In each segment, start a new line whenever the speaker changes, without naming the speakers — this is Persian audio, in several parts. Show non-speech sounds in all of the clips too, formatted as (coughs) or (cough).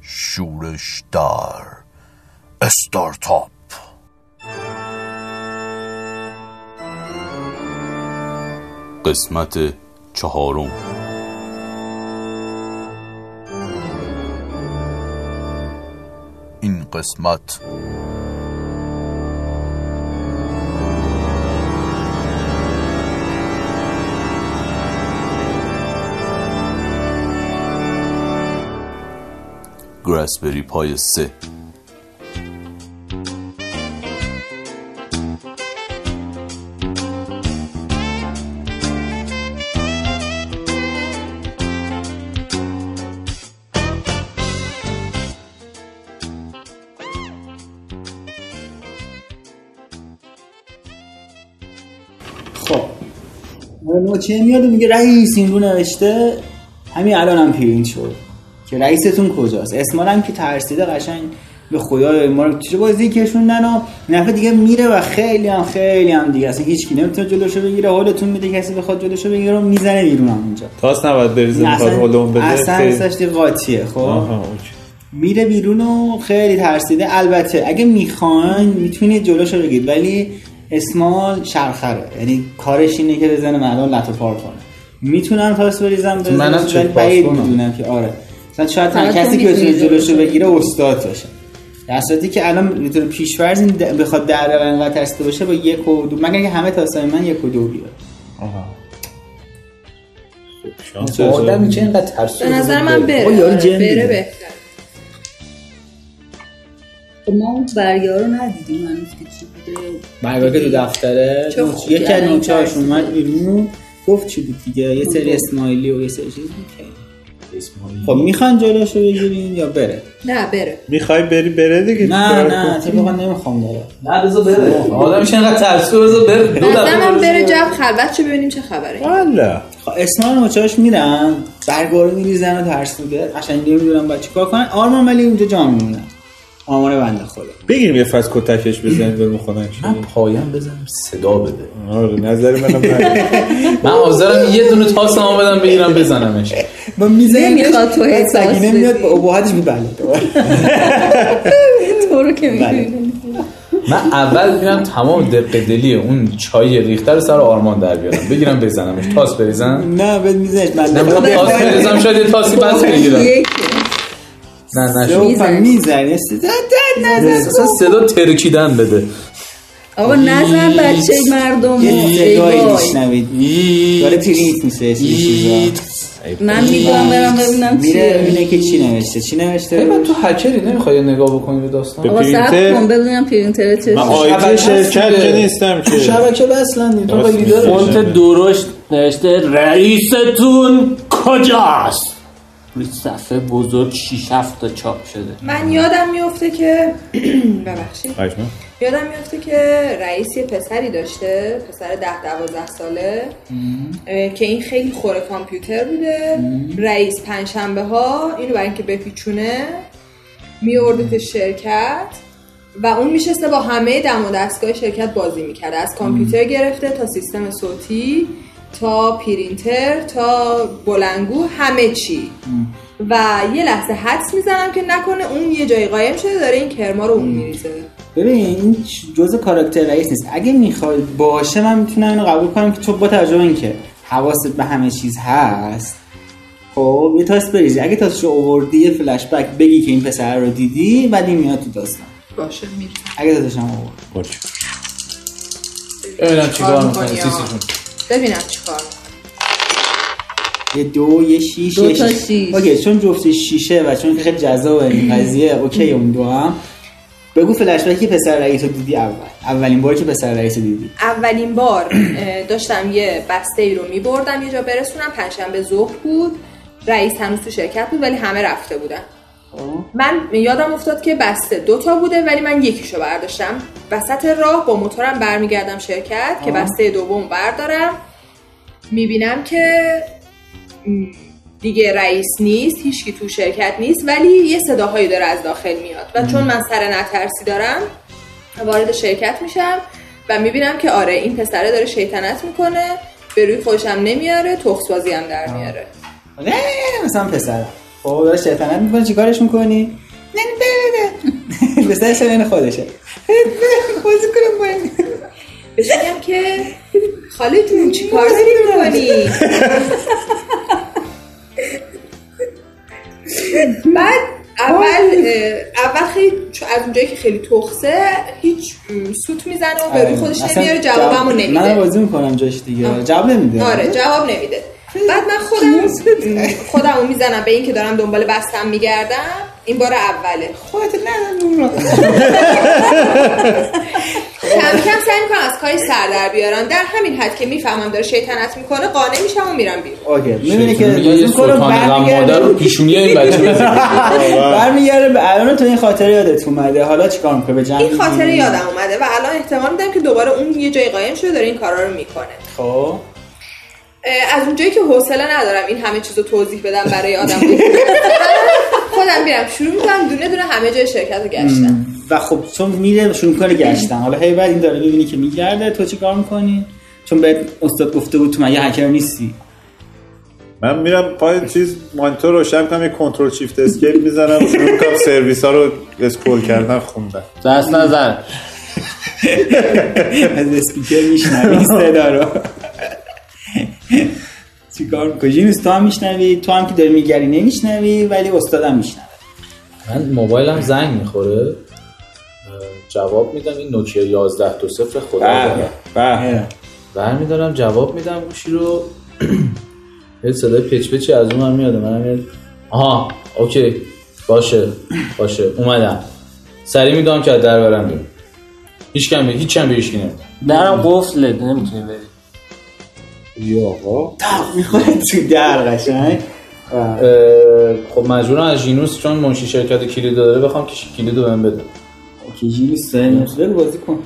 شورش دار استارتاپ
قسمت چهارم
این قسمت
گراسبری پای سه
خب نوچه میاد و میگه رئیس این رو نوشته همین الان هم پرینت شد که رئیستون کجاست اسمان هم که ترسیده قشنگ به خدا ما رو چه بازی کشوندن و نفر دیگه میره و خیلی هم خیلی هم دیگه اصلا هیچ کی نمیتونه جلوشو بگیره حالتون میده کسی بخواد جلوشو بگیره و میزنه بیرون هم اونجا
تاس نباید بریزه میخواد هلون
اصلا
بده
اصلا
خیلی-
اصلاش دیگه قاطیه خب
آها، اوکی.
میره بیرون و خیلی ترسیده البته اگه میخواین میتونید جلوشو بگید ولی اسمال شرخره یعنی کارش اینه که بزنه مردم لتو پار کنه میتونم تاس بریزم بزنم
منم
ولی
چک پاس
بعید
کنم.
میدونم که آره مثلا شاید تنها
فقط
کسی
تو
که بتونه
می‌تونی
جلوشو
جلوشو
بگیره استاد باشه در صورتی که الان میتونه پیشورز این د- بخواد در و انقدر ترسیده باشه با یک و دو مگر اینکه همه تاسای من یک و دو بیاد
شانس
آدم
آدم
میشه اینقدر ترسو
به نظر من بره
آقا خب، یارو
آره،
جن
بره
دیده.
بهتر خب،
ما اون برگه ها رو ندیدیم هنوز که چی بوده
مرگاه که تو دفتره
چه خوب
یکی از
کردن،
نوچه‌هاش
ترسیدم.
اومد بیرون گفت چی بود دیگه یه سری اسماعیلی و یه سری چیز بود که- خب میخوان جلوشو بگیرین یا
(laughs)
بره
نه
(laughs)
بره
میخوای بری بره دیگه
نه
چیکار
نه
کنی؟
اتفاقا نمیخوام خب، داره
نه بذار بره آدم میشه اینقدر ترسو بذار
بله.
بره
به نظر من بره جب خلوت چه ببینیم چه خبره
والا
خب اسماعیل نوچه‌هاش میرن برگارو میریزن و ترسوده قشنگ نمیدونم بعد چیکار کنن آرمان ولی اونجا جا میمونه آرمان بنده خدا
بگیریم یه فصل کتکش بزنیم بریم خونه‌ش
من پایم بزنم صدا بده
آره نظر منم
(laughs)
نه.
من حاضرم یه دونه تاس هم بدم بگیرم بزنمش
با میزنه
نمیخواد تو
بعد
احساس
سگینه
بدی.
میاد با ابهاتش میبله
(laughs) تو رو که
بله.
می‌بینی.
من اول میرم تمام دق دلی اون چای ریخته رو سر آرمان در بیارم بگیرم بزنمش تاس بریزم
نه بعد میزنه
نه
بله
میخوام تاس بریزم شاید یه تاسی بس بگیرم
یکی.
نه نه شد.
میزنه میزنه
اصلا صدا ترکیدن بده
آقا نظر بچه مردم رو.
یه
ای
صدایی
وای.
میشنوید داره پرینت میشه اسم چیزا.
من میگم برم ببینم
میره
چیه
ببینه که چی نوشته چی
ای،
نوشته
من تو هکری نمیخوای نگاه بکنی به داستان
آقا صبر
پرینتر.
کن ببینم پرینتر چه
من آیتی شرکت که نیستم که آره،
شبکه وصلن دیگه. تو
راست
بگی
میگی.
داره.
فونت درشت نوشته رئیستون کجاست روی صفحه بزرگ 6 تا چاپ شده
من یادم میفته که (clears throat) ببخشید
پشمام.
یادم میفته که رئیس یه پسری داشته پسر ده دوازده ساله اه، که این خیلی خوره کامپیوتر بوده رئیس پنجشنبه ها اینو برای اینکه بپیچونه میوردت شرکت و اون میشسته با همه دم و دستگاه شرکت بازی میکرده از کامپیوتر گرفته تا سیستم صوتی تا پرینتر تا بلنگو همه چی و یه لحظه حدس میزنم که نکنه اون یه جایی قایم شده داره این کرما رو اون میریزه
ببین این جزء کاراکتر رئیس نیست اگه میخوای باشه من میتونم اینو قبول کنم که تو با توجه به اینکه حواست به همه چیز هست خب یه تاس بریزی اگه تاس رو اووردی یه فلش بک بگی که این پسر رو دیدی بعد این میاد تو داستان
باشه میری
اگه تاسش هم اوورد
اوکی.
ببینم چیکار
کار
می‌کنی
می‌کنی،
سیسی
آه.
جون.
ببینم چیکار
یه دو یه شیش
دو
یه
تا
شیش.
شیش.
اوکی چون جفت شیشه و چون که خیلی جذاب این
(clears throat)
قضیه اوکی اون دو هم بگو فلش بکی پسر رئیس رو دیدی اول اولین باری که پسر رئیس رو دیدی
اولین بار اه، داشتم یه بسته ای رو می بردم یه جا برسونم پنجشنبه ظهر بود رئیس هنوز تو شرکت بود ولی همه رفته بودن من یادم افتاد که بسته دوتا بوده ولی من یکیشو برداشتم وسط راه با موتورم برمیگردم شرکت که بسته دوم بردارم میبینم که م، دیگه رئیس نیست هیچکی تو شرکت نیست ولی یه صداهایی داره از داخل میاد و چون من سر نترسی دارم وارد شرکت میشم و میبینم که آره این پسره داره شیطنت میکنه به روی خودشم نمیاره تخصبازی هم در میاره
نه مثلا پسر خب داره شیطنت میکنه چیکارش میکنی؟ نه نه (laughs) بده به سر این خودشه بازی کنم با
(laughs)
این
بهش میگم که خاله جون چی
(laughs)
کار داری میکنی بعد اول اه، اول خیلی چو- از اونجایی که خیلی تخصه هیچ م، سوت میزنه و به روی خودش
آره، اصلا
نمیاره جوابمو
جواب- من
نمیده
بازی میکنم جاش دیگه جواب نمیده
آره جواب نمیده بعد من خودم خودمو میزنم به این که دارم دنبال بستم میگردم این بار اوله
خودت نه نه، نه.
کم کم سعی میکنم از کارش سر در بیارم در همین حد که میفهمم داره شیطنت میکنه قانع میشم و میرم بیرون
اوکی میبینی که
میگه یه
بازی میکنم
سلطان غم مادر رو
برمیگرده
پیشونی این بچه بزنه.
برمیگرده به الان تو این خاطره یادت اومده حالا چیکار میکنه به جمع
این خاطر
می‌گیری؟
یادم اومده و الان احتمال میدم که دوباره اون یه جای قایم شده داره این کارا رو میکنه
خب
اه، از اونجایی که حوصله ندارم این همه چیزو توضیح بدم برای آدم (laughs) خودم میرم شروع میکنم دونه دونه همه جای شرکت رو گشتم
و خب چون میره شروع میکنه گشتن حالا هی بعد این داره میبینی که میگرده تو چیکار میکنی چون بهت استاد گفته بود تو مگه هکر نیستی (laughs)
من میرم پای چیز مانیتور روشن کنم یه کنترل شیفت اسکیپ میزنم شروع میکنم سرویس ها رو اسکرول کردن خوندن
دست نزن
از اسپیکر میشنوی صدا رو (laughs) چیکار میکنی جیمز تو هم میشنوی تو هم که داری میگری نمیشنوی ولی استادم میشنوه (laughs)
من موبایلم زنگ میخوره اه، جواب میدم این نوکیا 11 تو صفر خدا
بله.
داره. برمیدارم جواب میدم گوشی رو (clears throat) یه صدای پچ پچی از اون هم میاده من میاد آها اوکی باشه باشه اومدم سری میدونم که از در برم بیرون هیچ کم به هیچ کم به هیچ کی نمیگم.
درم قفله نمیتونی بری
میخوره تو در قشنگ
اه، خب مجبورم از جینوس چون منشی شرکت کلیدو داره بخوام که کلیدو بهم بده
اوکی جیمز بگو بازی کن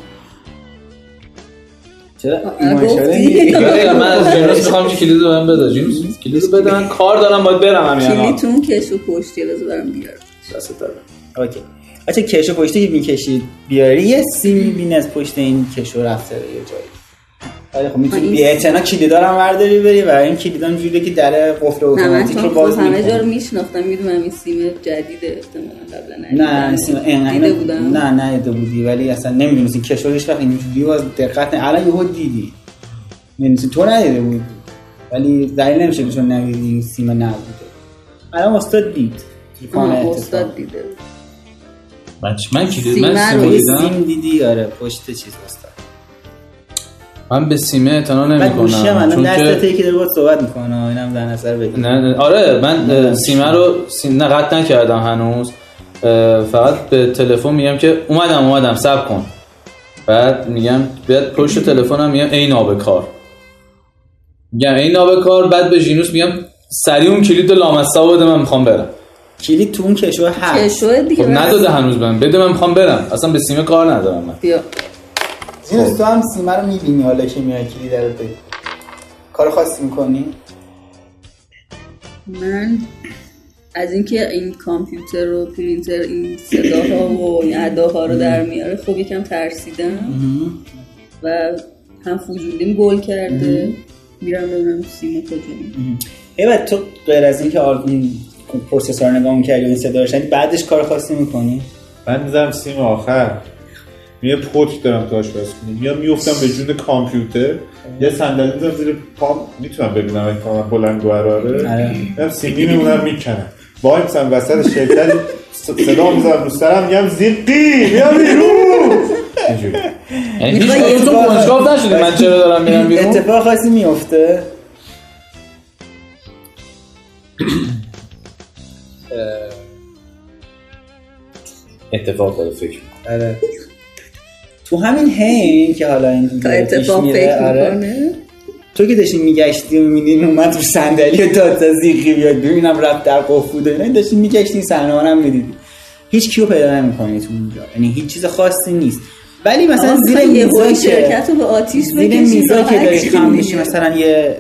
چرا ماشاءالله
گفتی.
می‌گی؟
(laughs)
آره، من از جینوس میخوام که کلیدو بهم بده جینوس کلیدو بدن کار دارم باید برم همین الان
کلیتون کشو پشتی بذار برم بیارم
دستت درد.
اوکی بچه کشو پشتی که میکشید بیاری یه سی میبینی از پشت این کشو رفته به یه جایی ولی خب میتونی
این-
بی اعتنا کلیدارم ورداری بری و این کلیدان جوریه که در قفل
نه من
اتوماتیک رو
چون
باز
خب همه جا رو
میکنه
میشناختم میدونم این سیم جدیده احتمالا قبلا ندیدم.
نه سیم
دیده
اینقدر
بودم
نه نه دیده بودی ولی اصلا نمیدونستی این کشو هیچ وقت اینجوری باز دقت نه الان یهو دیدی نمیدونستی تو ندیده بودی ولی دلیل نمیشه که چون ندیدی این سیم نبوده الان استاد دید
آه،
اتفاق.
استاد دیده بود.
من چی- من کلید
سیمه
من سیمو
رو-
یه
دیدم
سیم دیدی آره پشت چیز استاد
من به سیمه اعتنا
بعد گوشی هم
نمیکنم
الان
چون
دستت
که
یکی داره باید صحبت میکنه اینم در نظر بگیر
نه نه، آره من اه، سیمه رو سیم نه قطع نکردم هنوز اه، فقط به تلفن میگم که اومدم اومدم صبر کن بعد میگم بعد پشت تلفنم میگم ای نابکار میگم ای نابکار بعد به ژینوس میگم سریع اون کلید رو لامصب بده من میخوام برم
کلید تو اون کشو هست
کشو دیگه
خب
بس.
نداده هنوز من بده من میخوام برم اصلا به سیمه کار ندارم من
بیا.
خب.
این تو هم سیمه رو میبینی حالا که میای کلید رو بگیر کار خاصی میکنی؟
من از اینکه این کامپیوتر و پرینتر این صداها و این اداها رو در میاره خب یکم ترسیدم و هم فضولیم گل کرده میرم ببینم سیما کجا
ای بعد تو غیر از اینکه آر... این پروسسور رو نگاه میکردی و این صدا رو شنیدی، بعدش کار خاصی میکنی؟
من میزنم سیم آخر یه پوت دارم تو آشپز کنیم یا میفتم به جون کامپیوتر یه صندلی میزنم زیر پام میتونم ببینم این پام بلند
آره.
گوهراره میرم سیمی میمونم میکنم وای میسم وسط شرکت صدا میزنم رو سرم میگم زیقی بیا بیرون اینجوری
یعنی هیچ
می‌خوای یه
کدومتون
بار-
کنجکاو نشدی من چرا دارم میرم بیرون
اتفاق خاصی میفته؟
اتفاق داره فکر
آره تو همین هین که حالا این
تا
داره پیش
اتفاق
میره،
فکر
آره.
میکنه
تو که داشتی میگشتی و می‌بینی اومد رو صندلی و داد تا زیقی بیاد ببینم رفت در قفل بود و اینا این داشتی میگشتی این صحنه ها رو هم میدیدی هیچ کیو پیدا نمیکنی تو اونجا یعنی هیچ چیز خاصی نیست ولی مثلا
آقا،
زیر
می‌خوای یه
میزایی
بار
که
شرکت رو به آتیش
زیر
بکشی
میزایی که
راحت
داری
کنی.
خم میشی مثلا یه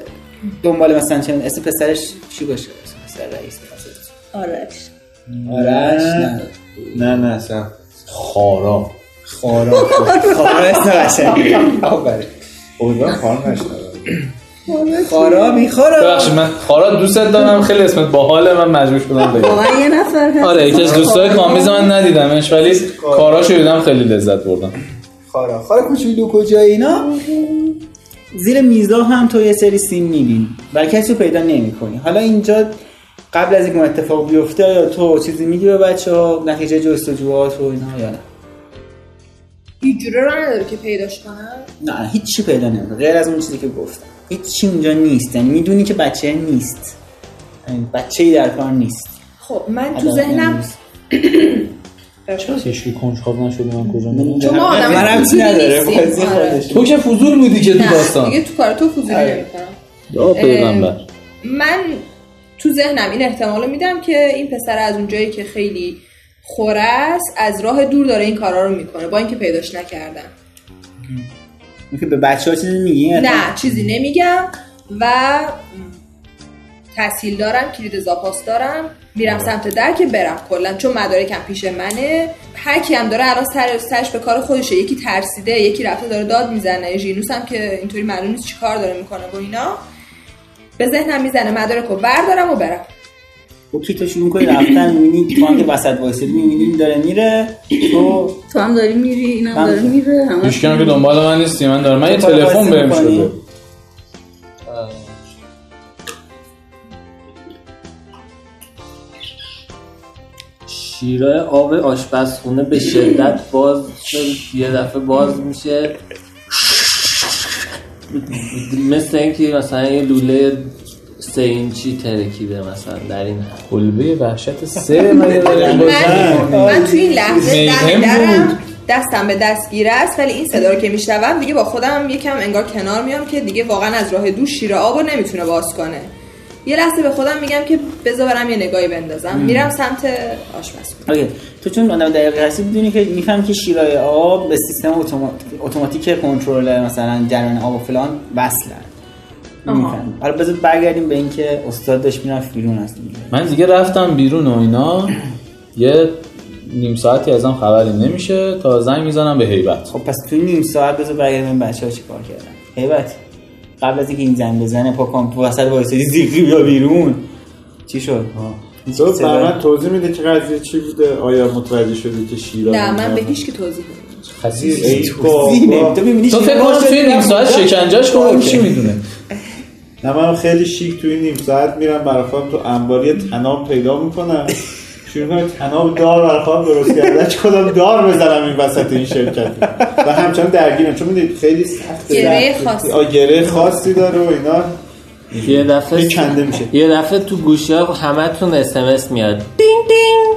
دنبال مثلا چند اسم پسرش چی باشه اسم پسر رئیس مثلا.
آرش
آرش نه
نه نه سم
خارا
خارا خارا اسم خب، قشنگه آفرین
امیدوارم کار نشنوم
خارا میخورا
ببخشید من خارا دوستت دارم خیلی اسمت باحاله من مجبور شدم بگم
واقعا یه نفر هست
آره یکی از دوستای کامیز من ندیدمش ولی کاراشو دیدم خیلی لذت بردم
خارا خارا کوچولو کجا اینا زیر میزا هم تو یه سری سیم میبینی و کسی رو پیدا نمیکنی حالا اینجا قبل از اینکه اون اتفاق بیفته یا تو چیزی میگی به بچه ها نتیجه جستجوهات و اینها یا نه
هیچ جوره را نداره که پیداش کنم
نه هیچی پیدا نمیکنه غیر از اون چیزی که گفتم هیچی اونجا نیست یعنی میدونی که بچه نیست بچه ای در کار نیست
خب من تو
آدم
ذهنم
نیست.
(coughs)
هیچکی کنجکاو نشدی من کجا
چون ما آدم
من ربطی
فضولی
نداره
نیستیم.
بازی
آره.
خودش
تو که فضول بودی که تو
نه
داستان
دیگه تو کار تو فضولی
آره.
نمی‌کنم.
یا پیغمبر
من تو ذهنم این احتمال رو میدم که این پسر از اونجایی که خیلی خوره است از راه دور داره این کارا رو میکنه با اینکه پیداش نکردم
که به بچه ها چیزی میگی
نه چیزی نمیگم و تحصیل دارم کلید زاپاس دارم میرم سمت در که برم کلا چون مدارکم پیش منه هر کی هم داره الان سر سرش به کار خودشه یکی ترسیده یکی رفته داره داد میزنه ژینوس هم که اینطوری معلوم نیست چیکار داره میکنه و اینا به ذهنم میزنه مدارک رو بردارم و برم
خب تو شروع کنی رفتن میبینی تو هم که وسط وایسی میبینی داره میره تو
تو هم داری میری اینم
من- خب.
داره میره همه
هیچکی هم که دنبال من نیستی من دارم من یه
دنبال
تلفن
وایسی
بهم
می‌کنی.
شده
شیرای آب آشپزخونه به شدت باز شد. یه دفعه باز میشه مثل اینکه مثلا یه لوله سه اینچی ترکیده مثلا در این حد.
کلبه وحشت سه من یه داریم (laughs)
من,
بازی
من تو این لحظه
میهم
دم
بود.
درم دستم به دستگیر است ولی این صدا رو که میشنوم دیگه با خودم یکم انگار کنار میام که دیگه واقعا از راه دور شیر آب رو نمیتونه باز کنه یه لحظه به خودم میگم که بذار برم یه نگاهی بندازم میرم سمت آشپزخونه
اوکی. تو چون آدم دقیقی هستی میدونی که میفهم که شیرای آب به سیستم اتومات- اتوماتیک کنترل مثلا جریان آب و فلان وصلن
آها.
میفهم حالا بذار برگردیم به اینکه استاد داشت میرفت بیرون هست
من دیگه رفتم بیرون و اینا یه نیم ساعتی ازم خبری نمیشه تا زنگ میزنم به هیبت
خب پس تو نیم ساعت بذار برگردیم به بچه ها چیکار کردن حیبت قبل از اینکه این زنگ بزنه پا کن تو وسط وایسادی زیقی بیا بیرون چی شد هیچ
تو
صدا-
برای من توضیح میده که قضیه چی بوده آیا متوجه شدی که شیرا
نه من
می‌گم؟
به هیچ که توضیح نمیدم
ای
زینه.
بابا.
تو میبینی
تو فکر کنم توی نیم ساعت شکنجهش کنم
اوکی.
چی میدونه
نه من خیلی شیک توی نیم ساعت میرم برای خودم تو انبار یه تناب پیدا میکنم شروع کنم تناب دار برای خودم درست کردن کدام دار بزنم این وسط این شرکت و همچنان درگیرم چون میدونید خیلی سخت
گره خاصی.
گره خاصی داره و اینا
یه دفعه
هی کنده میشه.
یه دفعه تو گوشی ها همتون اسمس میاد دین دین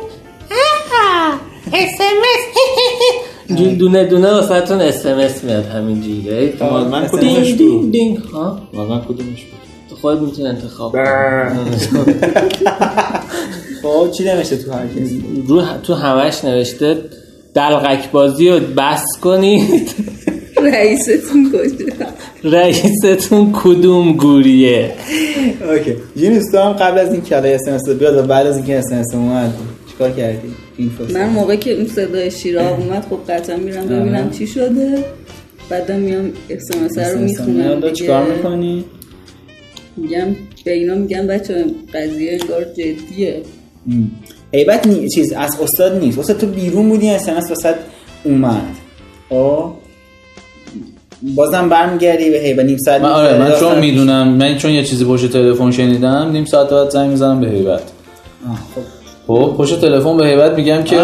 اسمس دونه دونه واسهتون اسمس میاد همینجوری
آه، من کدومش
دین
بود؟
دین دین ها
واقعا کدومش بود
تو خود میتونی انتخاب
بله.
کنی.
خب چی نمیشه تو هر کسی
رو تو همش نوشته دلغک بازی رو بس کنید (laughs)
رئیستون کجا
رئیستون کدوم گوریه
اوکی یونس تو هم قبل از این کلای اس ام اس بیاد و بعد از اینکه اس ام اس اومد چیکار کردی این فرصت
من موقع که اون صدای شیراب اومد خب قطعا میرم
آره.
ببینم چی شده بعدم میام اسمس رو میخونم
حالا چیکار میکنی
میگم به اینا میگم بچه قضیه انگار جدیه
هیبت نی... چیز از استاد نیست استاد تو بیرون بودی اس ام اس وسط اومد خب بازم برمیگردی به هیبت نیم ساعت
من
نیم
آره
ساعت
من
داستان
چون میدونم من چون یه چیزی پشت تلفن شنیدم نیم ساعت بعد زنگ میزنم به هیبت
آه، خب.
خب پشت تلفن به هیبت میگم که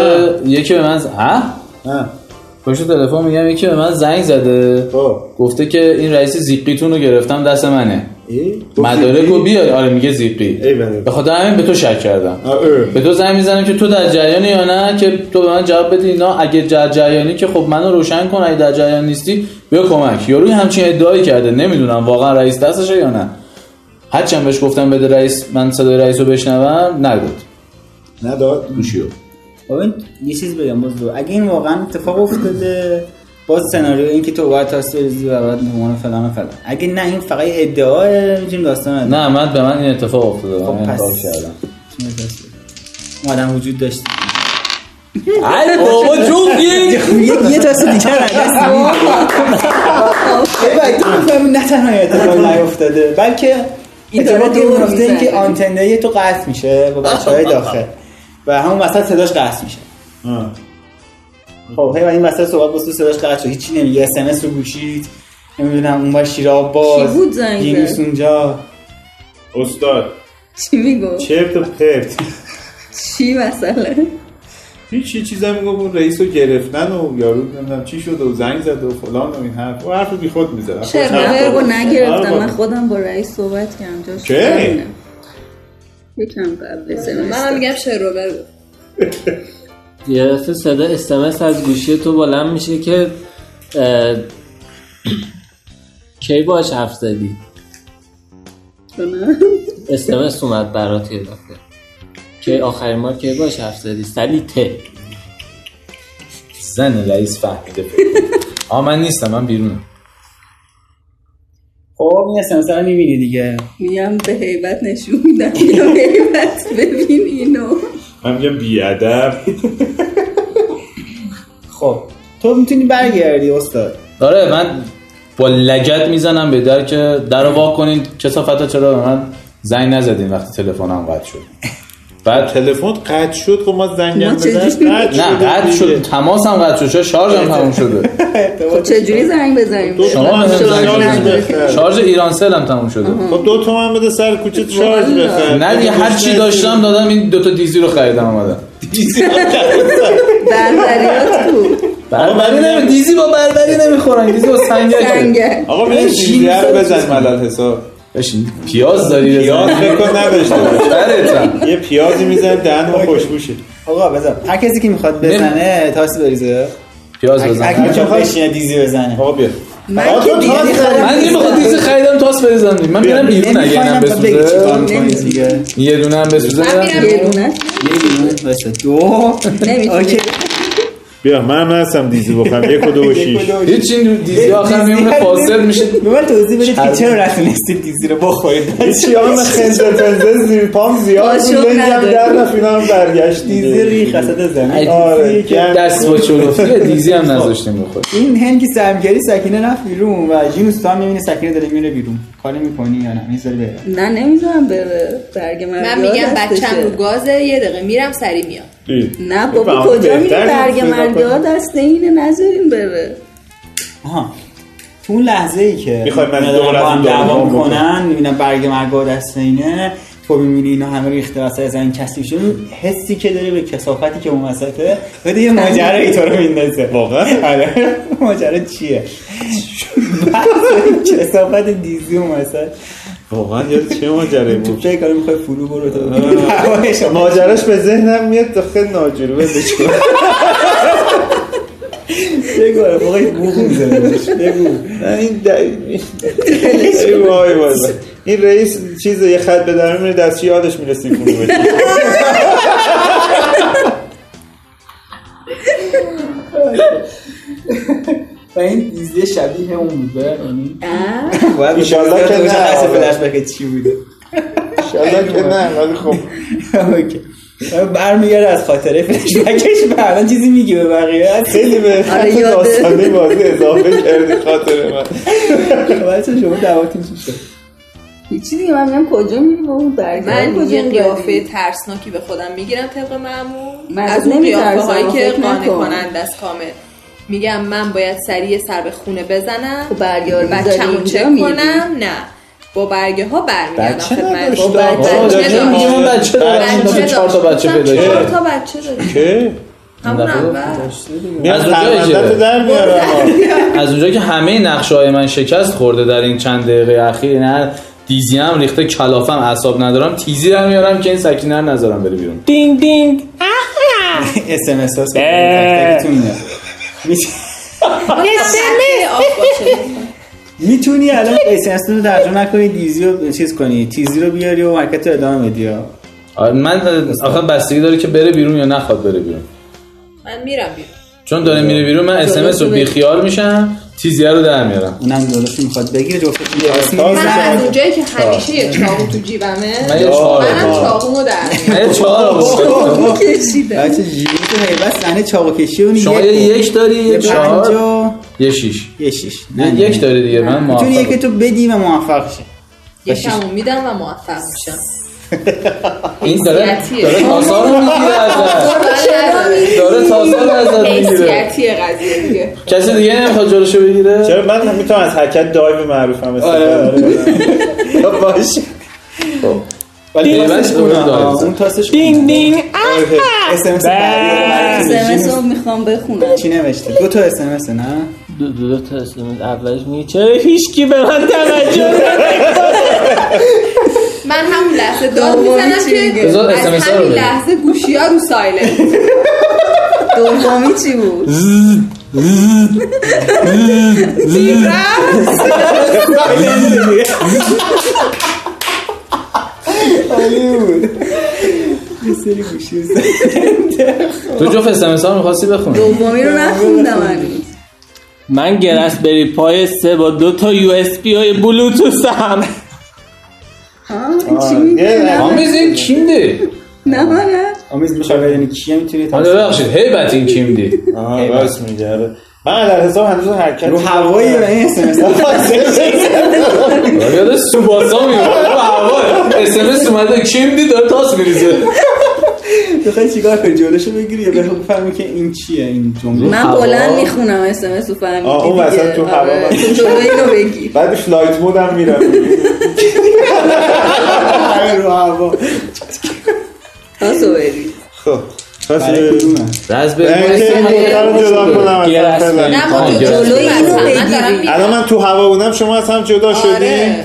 یکی به من ز... ها
نه
پشت تلفن میگم یکی به من زنگ زده
خب.
گفته که این رئیس زیقیتون رو گرفتم دست منه
ای؟
مدارک رو بیار آره میگه زیقی
ای بابا.
به خاطر همین به تو شک کردم
آه، اه.
به تو زنگ میزنم که تو در جریانی یا نه که تو به من جواب بدی نه اگه در جریانی که خب منو روشن کن اگه در جریان نیستی بیا کمک یارو همچین ادعایی کرده نمیدونم واقعا رئیس دستشه یا نه هرچی هم بهش گفتم بده رئیس من صدای رئیس رو بشنوم نگفت
نداد
گوشیو
خب این یه چیز بگم باز دو. اگه این واقعا اتفاق افتاده باز سناریو این که تو باید تاس بریزی و باید مهمان فلان و فلان اگه نه این فقط یه ادعاه میتونیم داستان رو
نه من به من این اتفاق افتاده من
خب
این
پس
کار کردم
اون آدم وجود داشت
ای بابا
(laughs)
جون
یه دست
(laughs)
دیگه از دست می‌دی. ای بابا، تو می‌فهمی نه تنها این اتفاق (laughs) نیفتاده بلکه
این
اتفاق
داره
این
دور
میفته
می‌زنه.
که آنتنه تو قطع میشه با بچه های داخل و همون وسط صداش قطع میشه
آه.
خب هی و این وسط صحبت با تو صداش قطع شد هیچی نمیگه اس ام اس رو گوشید نمیدونم اون بر شیراب باز
کی بود زنگ زد؟
گیموس اونجا
استاد
چی میگو
چرت و پرت
چی مثلا
هیچ چی چیزا میگفت اون رئیسو گرفتن و یارو نمیدونم چی شد و زنگ زد و فلان و این حرف و حرف بی خود میزد
آره.
آره،
شرنبرگ رو نگرفتم من خودم با رئیس صحبت کردم جاش
چه؟
نمیدونم. یکم قبل
منم
سمستر
میگم شعر رو بگو
یه دفعه صدا اسمس از گوشی تو بلند میشه که اه، کی باش حرف زدی اسمس اومد برات یه دفعه که آخرین بار کی باش حرف زدی سلیته
زن رئیس فهمیده فکر کنم. آه من نیستم من بیرونم
خب این اس ام اس رو می‌بینی دیگه
میگم به حیبت نشون میدم اینو حیبت ببین اینو
من میگم بی ادب
خب تو میتونی برگردی استاد
آره من با لگت میزنم به در که در رو وا کنین کسافتا چرا به من زنگ نزدین وقتی تلفنم قطع شد بعد
تلفن قطع شد خب ما زنگم
ما چه
بزن
جوری-
قطع
نه
شد
قطع شد تماسم قطع شد چرا شارژم تموم شده
خب چجوری زنگ بزنیم
دو تومن
شما هم
بده
شارژ
شارژ
نداری.
بخر
شارژ ایرانسل هم تموم شده
خب دو تومن بده سر کوچه شارژ بخر
نه دیگه هر چی داشتم دادم این دوتا دیزی رو خریدم اومدم
بربریات بود
بربری نمی دیزی با بربری نمیخورن دیزی با سنگک
سنگه
آقا بیا سیزده رو بزن ملال حساب
بشین پیاز داری
پیاز
بزنی
فکر کن نداشته باشه.
برتم
یه پیازی میزن دهن ما خوشبوشه
آقا بذار هر کسی که میخواد بزنه تاس بریزه
پیاز
هر هر
بزن
کی میخواد بشینه دیزی بزنه
آقا بیا
من که دیدی
من نمیخوام دیزی خریدم تاس بزنی من میرم بیرون اگه اینم
نمی‌خوایم تا بگی چی کار
بسوزه
می‌کنی دیگه
یه دونه هم بسوزه
من
میرم.
میرم
یه دونه
یه بیرون واسه دو
نمی‌تونی.
اوکی.
بیا منم هستم دیزی بخرم (laughs) یک و دو و شیش
هیچ این دیزی آخر میمونه فاسد میشه
به من توضیح بدید که چرا نتونستید دیزی رو
(laughs)
بخورید
هیچی آن خنزه پنزه زیر پام زیاد بود
آشوب
لنگم
نداره.
در نفینا هم برگشت
دیزی ریخ وسط زمین
آره گرم.
دست با چلوفتی دیزی هم نذاشتیم بخور
این هنگ که سهمگری سکینه رفت بیرون و جینوس تو هم میبینی سکینه داره میره بیرون کاری میکنی یا نه میذاری بره
نه نمیذارم بره برگ من
من میگم بچم رو گازه یه دقیقه میرم سری میام
نه بابا
بابا،
کجا میری
بهتر
برگ
نمی‌تونی
مرگ ها دست اینه نذاریم بره
آها تو اون لحظه ای که
می‌خوای من
اینا
دوباره
دارن با
از
هم
این دعوا
دعوا
بکنم؟
میکنن میبینن برگ مرگا دست اینه تو میبینی اینا همه ریخته وسط زن کسی شده اون حسی که داره به کسافتی که اون وسطه بعد
(laughs)
یه ماجرایی تو رو میندازه
واقعا؟
آره ماجرا چیه بحث این کسافت دیزی اون وسط
واقعا یاد چه ماجره
تو
بود
چه کاری میخوای فرو برو تو
(laughs)
هوایش
آه.
هم.
ماجراش به ذهنم میاد داخل ناجوره ولش کن
بگو موقعی بوق میزنه بهش. بگو
نه، این دعی- ای وای وای وای. این رئیس چیز یه خط به در میره دست یادش میره سیفون بشه
و این دیزی شبیه اون بود یعنی
اه،
(laughs) باید
ایشالله که نه.
فلش بکه چی بوده
انشالله که نه ولی خب
اوکی. آره، برمیگرده از خاطره فلش بکش و الان چیزی میگی به بقیه
خیلی به
آره،
خط
یاده.
داستانی بازی اضافه کردی خاطر من
بچه شما دعواتون چی شد
هیچی دیگه من میگم کجا میری با اون برگ مرگ
من
کجا
یه قیافه
میری
ترسناکی به خودم میگیرم طبق معمول
من
از اون
نمی‌ترسم،
قیافه هایی که
فکر
قانع
نکن.
کنند است کامل میگم من باید سریع سر به خونه بزنم
خب برگه ها رو می‌ذاری
بچه‌مو
اینجا
چک
می‌ری.
کنم نه با برگه ها برمیگردم
بچه
خدمت
نداشت.
با بچه
آقا،
داشت.
داشت.
داشت.
میگه من بچه دارم این دفعه
داشت.
چهار تا بچه
گفتم
پیدا
چهار
کرد
تا بچه داری
که
همون
دفعه
اول
میاد
از اونجا اجاره.
پرونده‌تو در میارم
از اونجا که همه نقشه های من شکست خورده در این چند دقیقه اخیر نه دیزی هم ریخته کلافم اعصاب ندارم تیزی هم میارم که این سکینه رو نذارم بره بیرون
اس ام اس هاست تکتون میاد میتونی الان اس ام اس رو ترجمه نکنی دیزی رو چیز کنی تیزی رو بیاری و حرکت رو ادامه بدی ها.
آره، من آخه بستگی داره که بره بیرون یا نخواد بره بیرون
من میرم بیرون
چون داره میره بیرون من اس ام اس رو بیخیال میشم تیزی رو در میارم
اونم درست میخواد بگیره جفتتون درست
تازه
من از
می‌زنن.
اونجایی که همیشه یه چاقو تو جیبمه
من یه چهار
منم چاقومو در میارم.
من یه چهار آورده.
کشیدم
بچه جیبی تو حیبت صحنه چاقو کشی اون
شاید یک داری
یه
یه
پنج
چهار
و
یه شیش
یه شیش
یه- یک داری دیگه من
میتونی
موفقم
یکی تو بدی و موفق شی
یکمو میدم و موفق میشم
این داره
حیثیتیه.
داره تازار رو میگیره ازت داره تازار رو ازت میگیره
حیثیتی قضیه دیگه
کسی دیگه نمیخواد جلوشو بگیره
چرا من میتونم از حرکت دایو معروفم
آره.
استفاده کنم باشه
ولی
حیبت
تاسش
اون
کنم. آره.
داره.
آه، اون تاستش دین دین اس ام اس
SMS رو میخوام بخونم
چی نوشته دو تا اس ام اس نه
دو دو تا اسمت اولش میگه چرا هیچکی به من توجه نمی‌کنه؟
من همون لحظه داد
دومی
میزنم
چی
که
میگه؟
بذار
از
SMS رو
همین
بده.
لحظه گوشی ها رو سایلنت
دومی چی بود
(laughs)
تو جفت اسمس ها میخواستی بخونی
دومی رو نخوندم هنوز
من گرس بری پای سه با دو تا یو اس پی های بلوتوث هم
ها چی
آه، یه
میگه
لحظه.
آمیز این کیم دی
نه من نه
آمیز میشه بدونی کیه میتونی
من
تاثیر-
ببخشید هیبت این کیم دی
آها راست میگه آره. من در حساب هنوز حرکت
رو هوایی و این اس ام (laughs) اس
یاد سوباسا میمونه رو هوا اسمس اومده کیم دی داره تاس میریزه
میخوای چیکار کنی جلوشو بگیری یا بخوای بفهمی که این چیه این جمله
من بلند میخونم اس ام اس رو فهمیدی
آه، اون
دیگه.
وسط تو هوا
آره،
من-
تو جلوی اینو بگی
بعد فلایت مود هم میرم (laughs)
رو هوا
تاسو بری
خب
برای
خاصی
کدومه؟
رزبری پای سه من یه
رو جدا کنم از
یه
هم
رسمی.
فعلا.
نه ما
آه،
تو جلوی اینو بگیری
الان من تو هوا بودم شما از هم جدا شدیم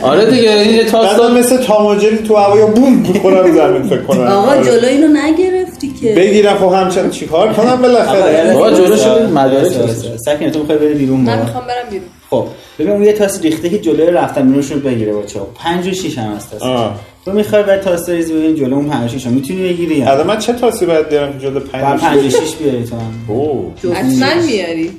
آره
آره دیگه این یه تاس
بعدا
داد
مثل تام و جری تو هوا یا بوم بخورم رو زمین فکر کنم
آقا
آره.
جلوی اینو نگرفتی که
بگیرم خب همچنان چیکار کنم
آقا، یه
بالاخره
لحظه.
بابا جلوشو
وایسا،
مدارک
وایسا،
نیست.
وایسا. سکینه تو میخوای بری بیرون
من
بابا.
میخوام برم بیرون
خب ببین اون یه تاس ریخته که جلوی رفتن بیرونش رو بگیره با چاقو پنج و شیش هم هست تاس
آه.
تو میخوای بعد تاس ریز ببین جلو اون پنج و شیش میتونی بگیری یا نه؟
الان من چه تاسی باید بیارم که جلو
بعد
پنج
پنج و شیش بیاری تو هم
اوه.
حتما میاری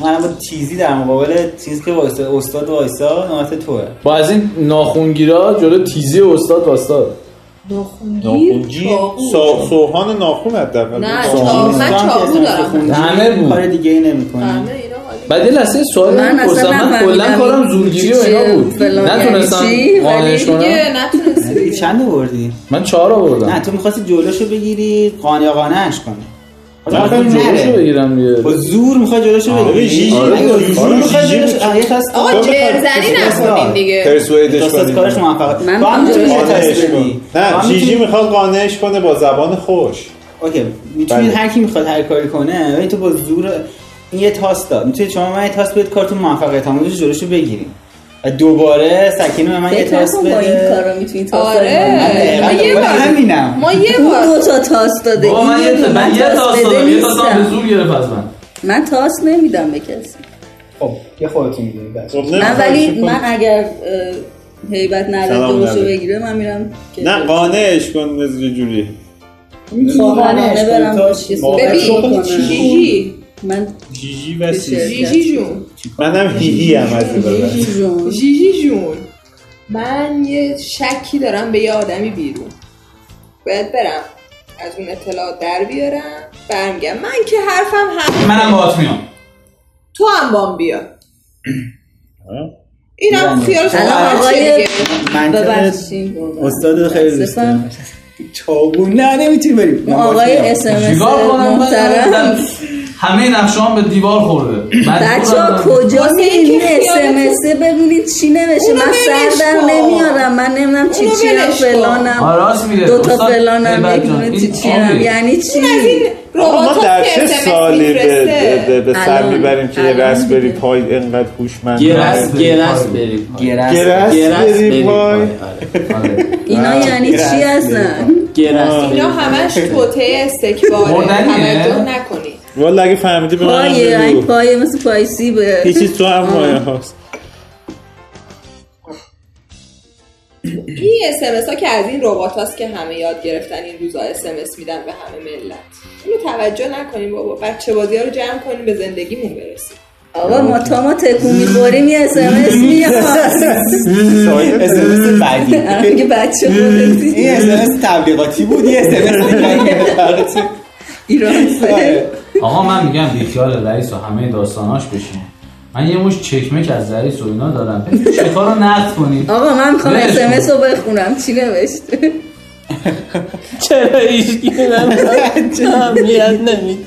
من با تیزی در مقابل چیز که وایسا استاد وایسا نوبت توه
با از این ناخونگیرا جلو تیزی استاد واستا
ناخونگی سا- سوهان ناخون حداقل
نه
بکن.
چاقو
دوستان
من
که
چاقو
اعتراف
دارم
خونجی
همه بود.
کار دیگه ای نمیکنه
آره، اینا عالی.
بعد یه لحظه سوال
من
من
اصلا
من کلا
نفهمیدم
کارم
این
زورگیری و اینا
چیه،
بود
فلان یعنی
نتونستم
چی،
قانعش کنم
دیگه
(laughs)
نتونستی
یعنی دیگه
دیگه.
چند آوردی
من چهار
نه
آوردم
تو میخواستی جلوشو بگیری قانع قانعش کنی حالا
من
می‌خوای
خواهم
نره.
خب، جلوشو
خب،
بگیرم
با
دیگه
زور میخوای جلوشو
آره،
بگیری
جیجی.
اگه با
آره،
زور می‌خوای
جیجی
جلوش- آه، یه تاس-
آقا جرزنی نکنین دیگه
پرسویدش
دوستات
کنیم
کارش موفقه
من
تو هم می‌تونی یه
قانعش
تاس
قانعش
بدی.
کن.
تو
نه
هم
جیجی
می‌تونی-
میخواد قانعش کنه با زبان خوش
اوکی میتونید
بله.
هر کی میخواد هر کاری کنه ولی تو با زور این یه تاس داد میتونید شما من یه تاس بدید کارتون موفقیت آموزش جلوشو بگیریم و دوباره سکینه به من یه
فکر
تاس
نکن با این
بده
کارا میتونی تاس
آره ما یه
من
بار
همینم
ما یه
اون
بار
دو تا تاس داده
بابا من
این
یه
دونه.
من یه تاس
بده
دادم یه تاس هم به
نیستم.
زور گرفت از من
من تاس نمیدم به کسی
خب یه خودتون میدونید
خب،
بچه‌ها.
من ولی من اگر هیبت نداره
سلام
جلوشو
نداره.
بگیره من میرم که
نه قانعش کن مثل یه جوری
خواهرانه برم
تاس-
یه
ببین،
صحبت
شغل
کنم.
جیجی
من
جیجی و سیسی
جیجی جون
منم هیهی هم از این به بعد.
جون
جیجی جون من یه شکی دارم به یه آدمی بیرون باید برم از اون اطلاعات در بیارم برمیگم من که حرفم همینه
منم باهات میام
تو هم بام بیا اینم خیالش
الان
راحت شه
آقای
دیگه.
منطق
ببخشید
استاد خیلی دوست دارم.
بفهم.
چاقو نه نمیتونی بریم
اون آقای اس ام اس
چیکار کنم من؟
محترم
من همه نقشام به دیوار خورده
بچه ها کجا
واسه
میرین این
اینکه
اس ام
خیالتون-
اس ببینید چی نوشته
اونو
من
ولش
سر در
کن.
نمیارم من نمیدونم چی
اونو
چی
ولش کن.
فلانم
آره، راست میگه.
دو تا
استاد،
فلانم
ای بچه،
نمیدونم چی
این
چی
آبی.
یعنی چی
از این
آقا ما
ربات
در چه سالی به, به, به سر
الان.
میبریم که یه
الان
رس
دیگه.
بری پای اینقدر هوشمند
گرس
نباشه؟
گرس بری پای
گرس
گرس
بری
بری
پای
پای آره، آره.
اینا یعنی چی هستن
گرس
اینا
بری
همش توطعه استکباره
خوردنیه؟
توجه نکنید
والا اگه فهمیدی به من
پایه این
بگو
پایه مثل پای سیبه
یه چیز تو هم مایه هاست
این اسمس ها که از این ربات هاست که همه یاد گرفتن این روزا اسمس میدن به همه ملت اینو توجه نکنیم بابا بچه بازی ها رو جمع کنیم به زندگیمون برسیم
آقا ما تا ما تکون میخوریم
(laughs)
یه اس ام اس میاد
اس بعدی
الان میگه بچه
(laughs)
بودی
این اس تبلیغاتی بود یه اس ام اس
ایران سه
آقا من میگم بیخیال رئیس و همه داستاناش بشین من یه مش چکمک از رئیس و اینا دارم چکا رو نقد کنید
آقا من میخوام
ولش کن.
اسمس رو بخونم چی نوشته
چرا ایشگی (laughs) اهمیت نمید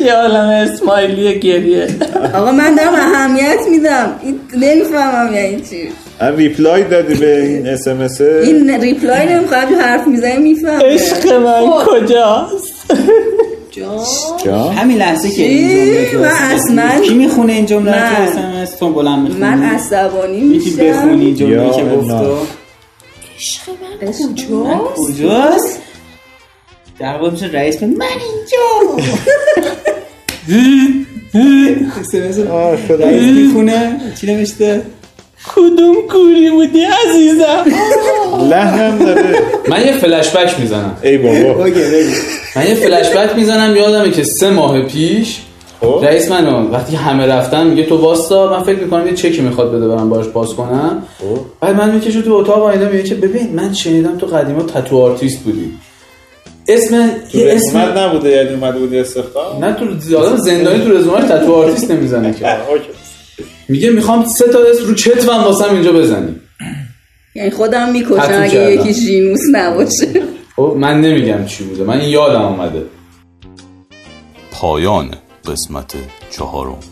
یه عالم اسمایلی گریه
آقا من دارم اهمیت میدم این نمیفهمم یعنی چی
هم ریپلای دادی به این اس ام اس
این ریپلای نمیخواد جو حرف میزنی میفهمه خب،
عشق من کجاست
همین لحظه که این جمله
چی؟
تو
من
SMS
اصلاً-
کی میخونه این جمله رو تو
من.
SMS تو بلند میخونی
من عصبانی
یکی
میشم
بخونی جمله
یا
که گفتو
الله.
خب،
کجاست در واقع میشه رئیس من من
(laughs)
اینجا SMS رو رئیس میخونه چی نوشته
کدوم کوری بودی عزیزم
لحنم داره
من یه فلش بک میزنم
ای بابا
اوکی بگو
من یه فلش بک میزنم یادمه که سه ماه پیش
خب.
رئیس منو وقتی همه رفتن میگه تو واستا من فکر میکنم یه چکی میخواد بده برم باش باز کنم بعد من میکشه تو اتاق آینه میگه که ببین من شنیدم تو قدیما تتو آرتیست بودی اسم یه
اسمت
اسم
نبوده یعنی اومده بودی استخدام
نه تو آدم زندانی تو رزومش تتو آرتیست نمیزنه که میگه میخوام سه تا اسم رو چتوام واسم اینجا بزنی
یعنی خودم میکشم
حتمی
اگه
کردم.
یکی جینوس نباشه
خب من نمیگم چی بوده من این یادم اومده
پایان قسمت چهارم